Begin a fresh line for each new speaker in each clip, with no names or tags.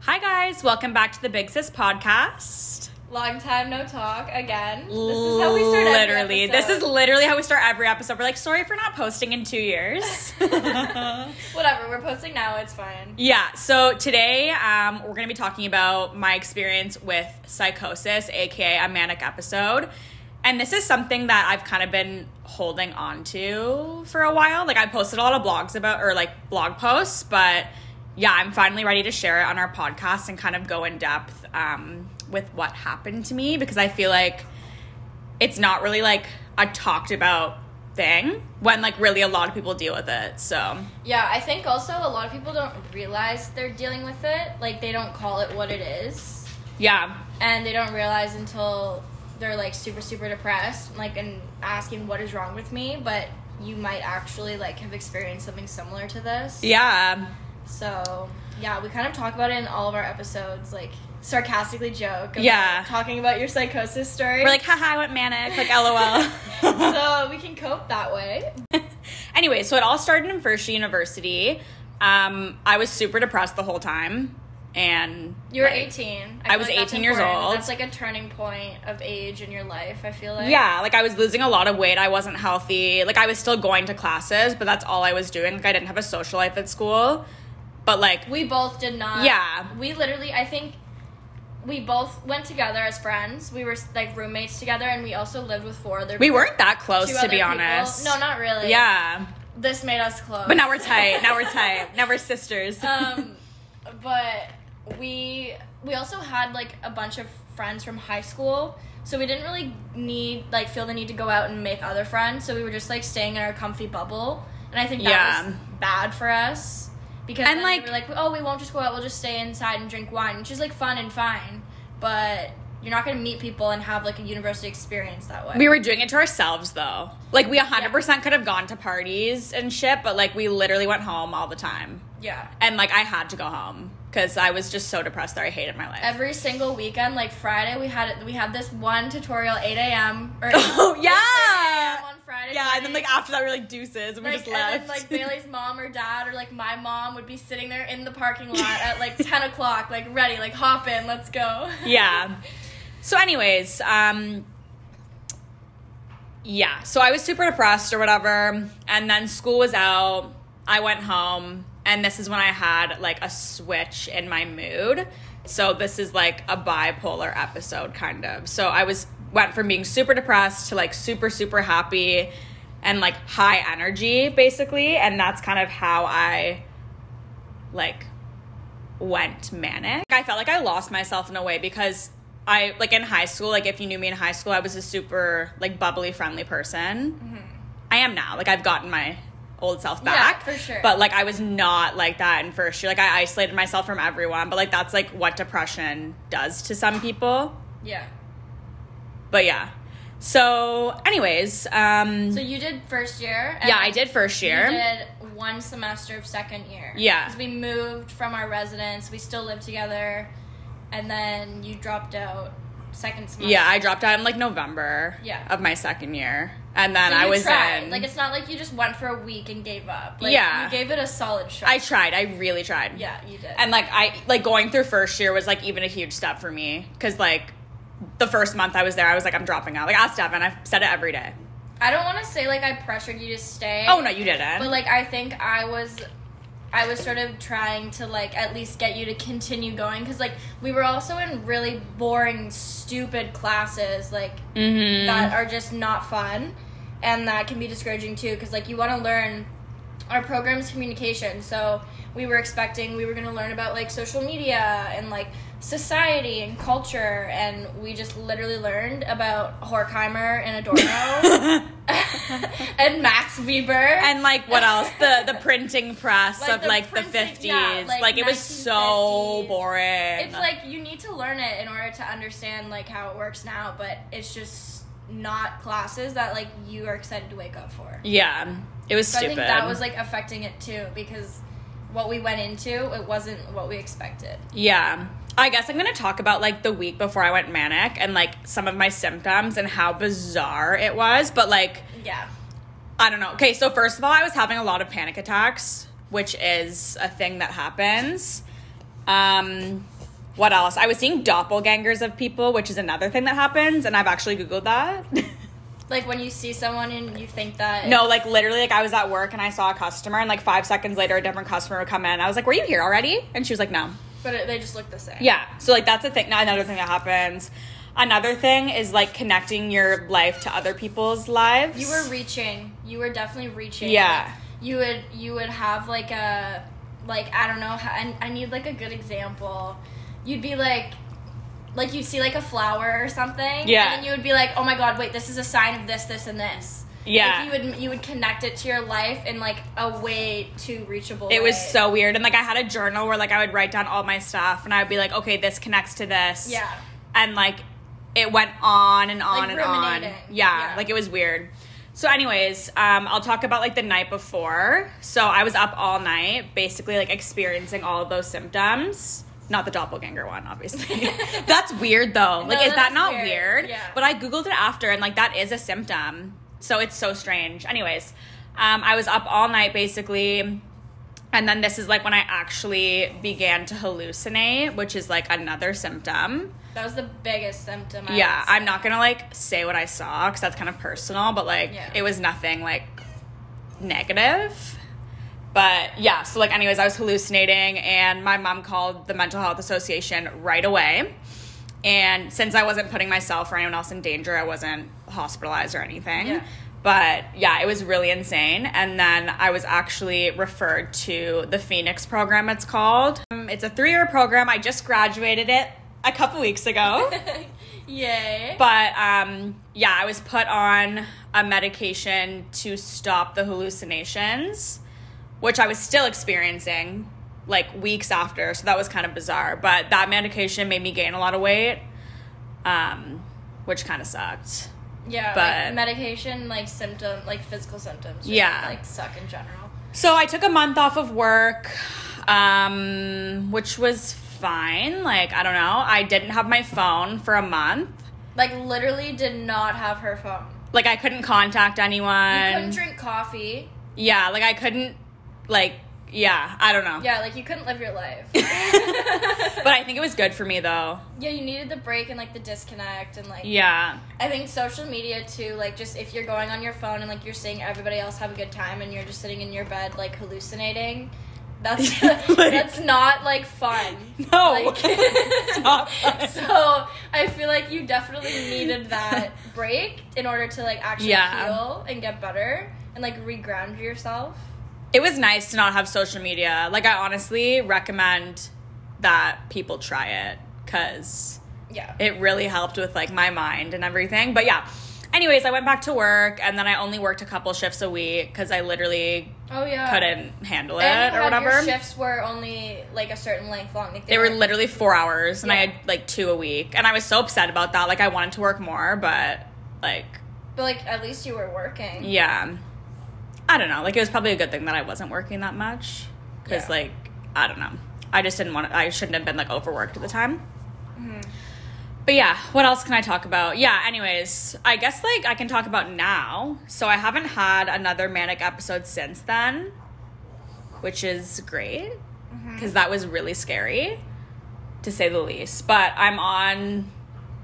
Hi, guys. Welcome back to the Big Sis Podcast.
Long time no talk again. This is how we start. every
Literally. this is
episode.
literally how we start every episode. We're like, sorry for not posting in two years.
whatever. We're posting now. It's fine.
yeah. So today, um, we're going to be talking about my experience with psychosis, aka a manic episode. And this is something that I've kind of been holding on to for a while. Like, I posted a lot of blogs about, or like blog posts, but yeah, I'm finally ready to share it on our podcast and kind of go in depth um, with what happened to me because I feel like it's not really like a talked about thing when like really a lot of people deal with it. So
Yeah, I think also a lot of people don't realize they're dealing with it. Like they don't call it what it is,
yeah,
and they don't realize until they're like super super depressed, like and asking what is wrong with me. But you might actually like have experienced something similar to this.
yeah,
So yeah, we kind of talk about it in all of our episodes, like sarcastically joke. About
Yeah.
Talking about your psychosis story.
we're like haha, I went manic, like lol.
so we can cope that way.
anyway, so it all started in first year university. Um, I was super depressed the whole time, and
You were
like,
18.
I
feel
was
like that's
18 years
important.
old.
That's like a turning point of age in your life, I feel like.
Yeah, like I was losing a lot of weight. I wasn't healthy. Like I was still going to classes, but that's all I was doing. Like I didn't have a social life at school. But like
We both did not.
Yeah.
We literally, I think we both went together as friends. We were like roommates together and we also lived with four other
we
people-
weren't that close
two
to be
other people.
honest.
No, not really.
Yeah.
This made us close.
But now we're tight. Now we're tight. Now we're sisters.
um, but we we also had like a bunch of friends from high school, so we didn't really need like feel the need to go out and make other friends. So we were just like staying in our comfy bubble, and I think that
Yeah.
was bad for us because
And,
then
like-
we were like, oh, we won't just go out; we'll just stay inside and drink wine, which is like fun and fine, but. You're not gonna meet people and have like a university experience that way.
we were doing it to ourselves though. Like we 100% could have gone to parties and shit, but like we literally went home all the time.
yeah.
And like I had to go home cuz I was just so depressed that I hated my life.
Every single weekend, like Friday, we had we had this one tutorial, eight a.m. or
oh,
a.m.
yeah.
on Friday.
Yeah, and then
night.
like after that we were like deuces and we
Like,
just
and
left.
then like Bailey's mom or dad or like my mom would be sitting there in the parking lot at like ten o'clock, like ready, like hop in, let's go.
yeah. So, anyways, um, yeah. So I was super depressed or whatever, and then school was out. I went home, and this is when I had like a switch in my mood. So this is like a bipolar episode, kind of. So I was went from being super depressed to like super super happy and like high energy basically and that's kind of how i like went manic. I felt like I lost myself in a way because I like in high school, like if you knew me in high school, I was a super like bubbly friendly person. I am now. Like I've gotten my old self
Mm-hmm. Yeah,
back.
for sure.
But like I was not like that in first year. Like I isolated myself from everyone, but like that's like what depression does to some people.
Yeah.
But yeah. So anyways, um
So you did first year. And
yeah, I did first
You
year.
did one semester of second year.
Yeah.
Because we moved from our residence, we still lived together, and then you dropped out second semester.
Yeah, I dropped out in like November
Yeah.
of my second year. And then
So
I
you
was
tried.
in
Like it's not like you just went for a week and gave up. Like,
Yeah.
You gave it a solid shot.
I tried. I really tried.
yeah, you did.
And like I like going through first year was like even a huge step for me because like the first month I was there, I was like I'm dropping out. Like asked Devin, I've said it every day.
I don't want to say like I pressured you to stay.
Oh no, you didn't.
But like I think I was I was sort of trying to like at least get you to continue going cuz like we were also in really boring stupid classes like
mm-hmm.
that are just not fun and that can be discouraging too cuz like you want to learn our program's communication. So we were expecting we were going to learn about like social media and like society and culture and we just literally learned about Horkheimer and Adorno and Max Weber
and like what else? The the printing press
Like,
of
the
like the
printing-
fifties.
yeah,
like,
like,
it was so
1950s.
boring.
it's like you need to learn it in order to understand like how it works now but it's just not classes that like you are excited to wake up for
yeah, it was
so i
stupid.
think that was like affecting it too because what we went into it wasn't what we expected
Yeah. I guess I'm going to talk about like the week before I went manic and like some of my symptoms and how bizarre it was. But like,
yeah
I don't know. Okay, so first of all, I was having a lot of panic attacks, which is a thing that happens. Um, what else? I was seeing doppelgangers of people, which is another thing that happens, and I've actually googled that.
Like when you see someone and you think that
no, like literally, like I was at work and I saw a customer, and like five seconds later, a different customer would come in. I was like, "Were you here already?" And she was like, "No."
but it, they just look the same.
Yeah. So like that's a thing. Now another thing that happens. Another thing is like connecting your life to other people's lives.
you were reaching. You were definitely reaching.
Yeah.
Like, you would you would have like a like I don't know. I, I need like a good example. You'd be like. Like you see like a flower or something,
Yeah.
and then you would be like, "Oh my God, wait! This is a sign of this, this, and this."
yeah.
like you would you would connect it to your life in like a way to reachable.
it was
way.
so weird, and like I had a journal where like I would write down all my stuff, and I would be like, "Okay, this connects to this."
yeah.
and like it went on and on
Like,
and on. Yeah,
ruminating. Yeah.
like it was weird. So, anyways, um, I'll talk about like the night before. So I was up all night, basically like experiencing all of those symptoms. Not the doppelganger one, obviously. that's weird though. Like,
No,
is that
that's
not weird?
weird. Yeah.
But I googled it after, and like that is a symptom. So it's so strange. Anyways, um, I was up all night basically and then this is like when I actually began to hallucinate, which is like another symptom.
That was the biggest symptom. I
yeah,
would say.
I'm not gonna like say what I saw because that's kind of personal, but like
Yeah.
it was nothing like negative. But yeah, so like, anyways, I was hallucinating, and my mom called the Mental Health Association right away. And since I wasn't putting myself or anyone else in danger, I wasn't hospitalized or anything.
Yeah.
But yeah, it was really insane. And then I was actually referred to the Phoenix program, it's called. Um, it's a three year program. I just graduated it a couple weeks ago.
Yay.
But um, yeah, I was put on a medication to stop the hallucinations, which I was still experiencing like weeks after. So that was kind of bizarre. But that medication made me gain a lot of weight, um, which kind of sucked.
Yeah,
But-
like medication, like symptom, like physical symptoms. Just,
Yeah.
like suck in general.
So I took a month off of work, um, which was fine. Like, I don't know. I didn't have my phone for a month.
Like literally, did not have her phone.
Like, I couldn't contact anyone.
You couldn't drink coffee.
Yeah, like I couldn't, like, yeah, I don't know.
Yeah, like you couldn't live your life.
But I think it was good for me though.
yeah, you needed the break and like the disconnect and like.
Yeah.
I think social media too. Like just if you're going on your phone and like you're seeing everybody else have a good time and you're just sitting in your bed like hallucinating. That's
Like-
that's not like fun.
No.
Like-
It's not fun.
so I feel like you definitely needed that break in order to like actually
Yeah.
heal and get better and like reground yourself.
It was nice to not have social media. Like, I honestly recommend that people try it because
Yeah.
it really helped with like my mind and everything. But yeah. Anyways, I went back to work and then I only worked a couple shifts a week because I literally
Oh yeah.
couldn't handle it
And you
or
had
whatever.
Your shifts were only like a certain length long. Like,
They were literally four hours, and I
Yeah.
had like two a week, and I was so upset about that. Like I wanted to work more, but like
But like at least you were working.
yeah, I don't know. Like it was probably a good thing that I wasn't working that much, because
Yeah.
like I don't know. I just didn't want. I shouldn't have been like overworked at the time. But yeah, what else can I talk about? Yeah, anyways, I guess like I can talk about now. So I haven't had another manic episode since then, which is great because that was really scary to say the least. But I'm on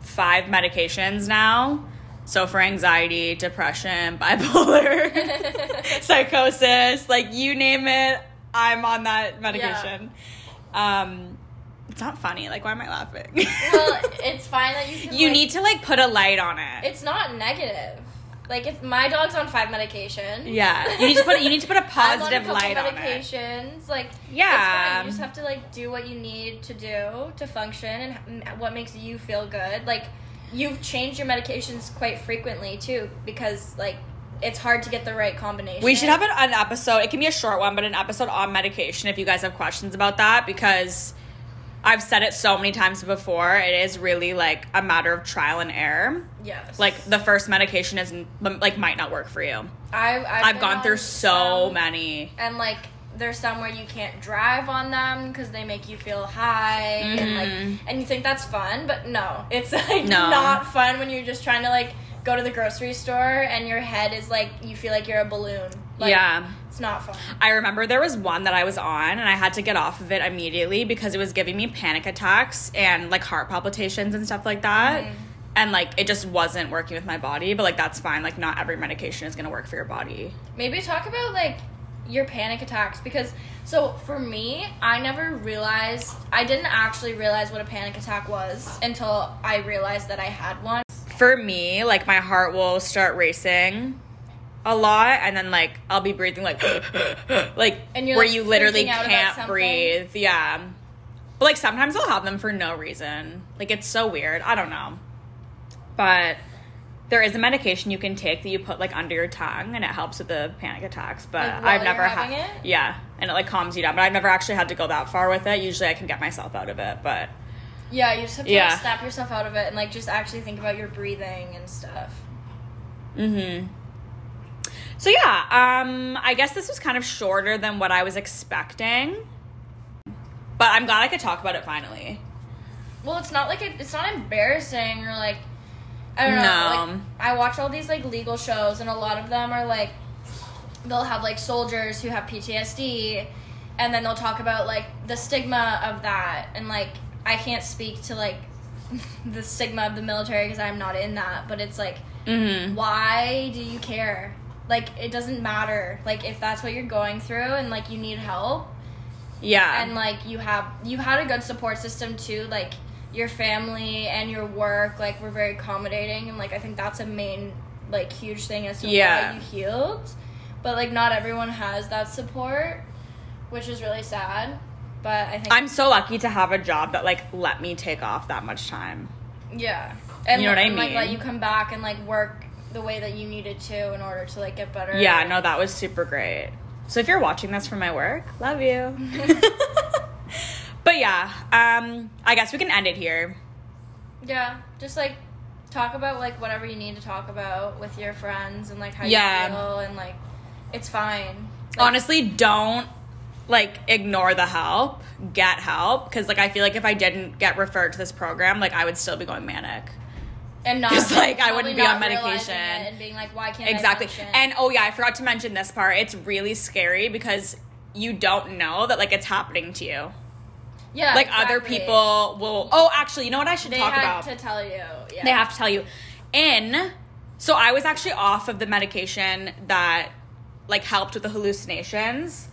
five medications now. So for anxiety, depression, bipolar, psychosis, like you name it, I'm on that medication. Um it's not funny. Like why am I laughing?
well, it's fine that you. Can,
you
like-
need to like put a light on it.
It's not negative. Like if my dog's on five medication.
yeah. You need to put you need to put a
I'm on a
positive
couple
light on it.
medications. Like
Yeah.
it's fine. you just have to like do what you need to do to function and h- what makes you feel good. Like you've changed your medications quite frequently too because like it's hard to get the right combination.
We should have an, an episode. It can be a short one, but an episode on medication if you guys have questions about that because I've said it so many times before. It is really like a matter of trial and error.
yes.
Like the first medication is like might not work for you.
I I've,
I've
been
gone
on
through so
some,
many.
and like there's some where you can't drive on them because they make you feel high and
Mhm.
like and you think that's fun but no it's like
No.
not fun when you're just trying to like go to the grocery store and your head is like you feel like you're a balloon like,
yeah.
it's It's not fun.
I remember there was one that I was on and I had to get off of it immediately because it was giving me panic attacks and like heart palpitations and stuff like that. And like it just wasn't working with my body, but like that's fine. Like not every medication is gonna work for your body.
Maybe talk about like your panic attacks because so for me, I never realized I didn't actually realize what a panic attack was until I realized that I had one.
For me, like my heart will start racing a lot and then like I'll be breathing like like
And you're,
where
like,
you literally
freaking out about
can't
something?
breathe. Yeah. But like sometimes I'll have them for no reason. Like it's so weird. I don't know. But there is a medication you can take that you put like under your tongue and it helps with the panic attacks. But
Like, while
I've never
you're
had
having it?
Yeah. And it like calms you down. But I've never actually had to go that far with it. Usually I can get myself out of it, but
Yeah, you just have to
Yeah.
like, snap yourself out of it and like just actually think about your breathing and stuff.
Mm-hmm. So yeah, um, I guess this was kind of shorter than what I was expecting, but I'm glad I could talk about it finally.
Well, it's not like it, it's not embarrassing or like I don't know.
No.
Like, I watch all these like legal shows, and a lot of them are like they'll have like soldiers who have PTSD, and then they'll talk about like the stigma of that, and like I can't speak to like the stigma of the military because I'm not in that, but it's like
Mm-hmm.
why do you care? Like it doesn't matter. Like if that's what you're going through, and like you need help,
Yeah.
and like you have you had a good support system too like your family and your work like were very accommodating and like i think that's a main like huge thing as to
Yeah.
why you healed but like not everyone has that support which is really sad but i think
I'm so lucky to have a job that like let me take off that much time.
yeah and
You know what I
and, like let
mean.
you come back and like work the way that you needed to in order to like get better
Yeah, no, that was super great. So if you're watching this from my work, love you. but yeah, um, I guess we can end it here.
yeah just like talk about like whatever you need to talk about with your friends and like how
Yeah.
you feel and like it's fine Like,
honestly don't like ignore the help get help because like i feel like if i didn't get referred to this program like i would still be going manic
and not
'Cause, like, I
probably
wouldn't be on
not realizing
medication.
it and being like, why can't I
exactly
function?
and oh yeah i forgot to mention this part it's really scary because you don't know that like it's happening to you
yeah,
like other
exactly.
people will oh actually you know what i should
they
talk
had
about
to tell you. Yeah,
they have to tell you in so i was actually off of the medication that like helped with the hallucinations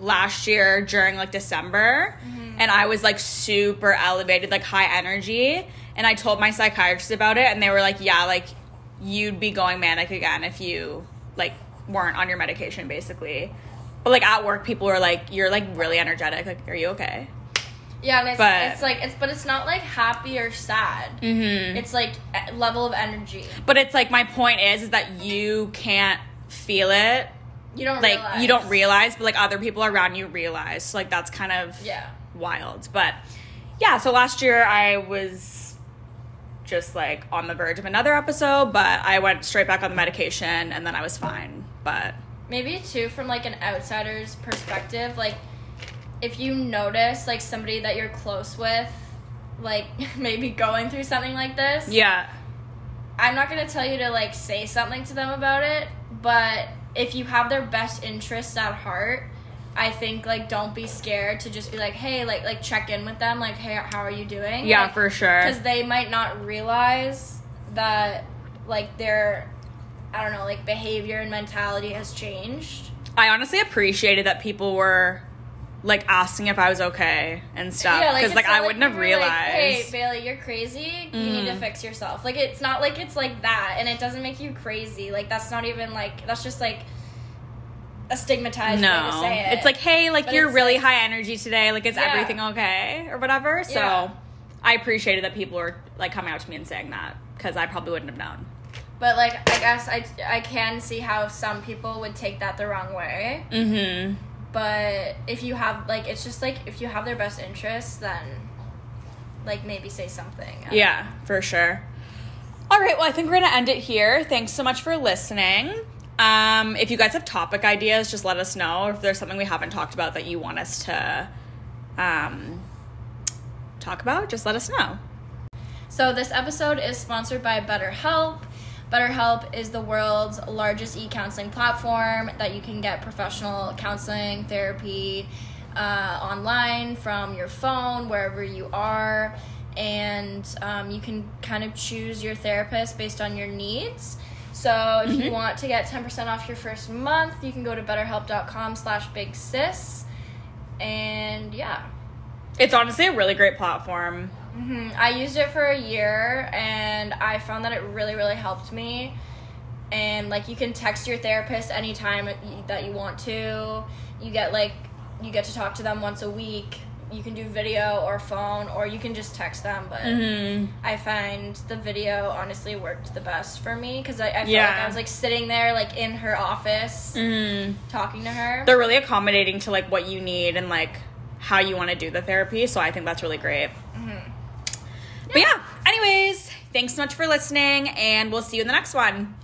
last year during like december and i was like super elevated like high energy and i told my psychiatrist about it and they were like yeah like you'd be going manic again if you like weren't on your medication basically but like at work people were like you're like really energetic like are you okay
yeah, and it's,
but-
it's like it's but it's not like happy or sad. Mm-hmm. It's like e- level of energy.
but it's like my point is is that you can't feel it
You don't
like
realize.
you don't realize, but like other people around you realize. So, like that's kind of
Yeah.
wild. But yeah, so last year I was just like on the verge of another episode, but I went straight back on the medication and then I was fine. But
Maybe too, from like an outsider's perspective, like if you notice like somebody that you're close with, like maybe going through something like this,
yeah,
I'm not gonna tell you to like say something to them about it, but if you have their best interests at heart, I think like don't be scared to just be like, hey, like like check in with them, like hey, how are you doing?
yeah, for sure.
Because they might not realize that like their I don't know like behavior and mentality has changed.
I honestly appreciated that people were like asking if I was okay and stuff because
it's
like,
not
I wouldn't have
we were
realized.
like, hey, Bailey, you're crazy. You need to
Mhm.
fix yourself. Like it's not like it's like that, and it doesn't make you crazy. Like that's not even like that's just like a stigmatized way to
no,
say it.
it's like hey, like
But
you're
it's,
really
like-
high energy today. Like is
Yeah.
everything okay or whatever? So
Yeah.
I appreciated that people were like coming out to me and saying that because I probably wouldn't have known.
but like I guess I I can see how some people would take that the wrong way.
Mm-hmm.
But if you have like it's just like if you have their best interests, then like maybe say something.
Yeah, for sure. All right, well, I think we're gonna end it here. Thanks so much for listening. Um, if you guys have topic ideas, just let us know. If there's something we haven't talked about that you want us to um, talk about, just let us know.
So this episode is sponsored by BetterHelp. BetterHelp is the world's largest e counseling platform that you can get professional counseling, therapy uh, online from your phone, wherever you are. And um, you can kind of choose your therapist based on your needs. So if you want to get 10% off your first month, you can go to betterhelp.com slash big sis. And yeah.
It's honestly a really great platform.
hmm I used it for a year and I found that it really, really helped me. And like you can text your therapist anytime that you want to. You get like, you get to talk to them once a week. You can do video or phone or you can just text them. But
Mm-hmm.
I find the video honestly worked the best for me because I, I felt like
Yeah. Mm.
I was like sitting there like in her office talking to her.
They're really accommodating to like what you need and like how you want to do the therapy. So I think that's really great. But yeah, anyways, thanks so much for listening, and we'll see you in the next one.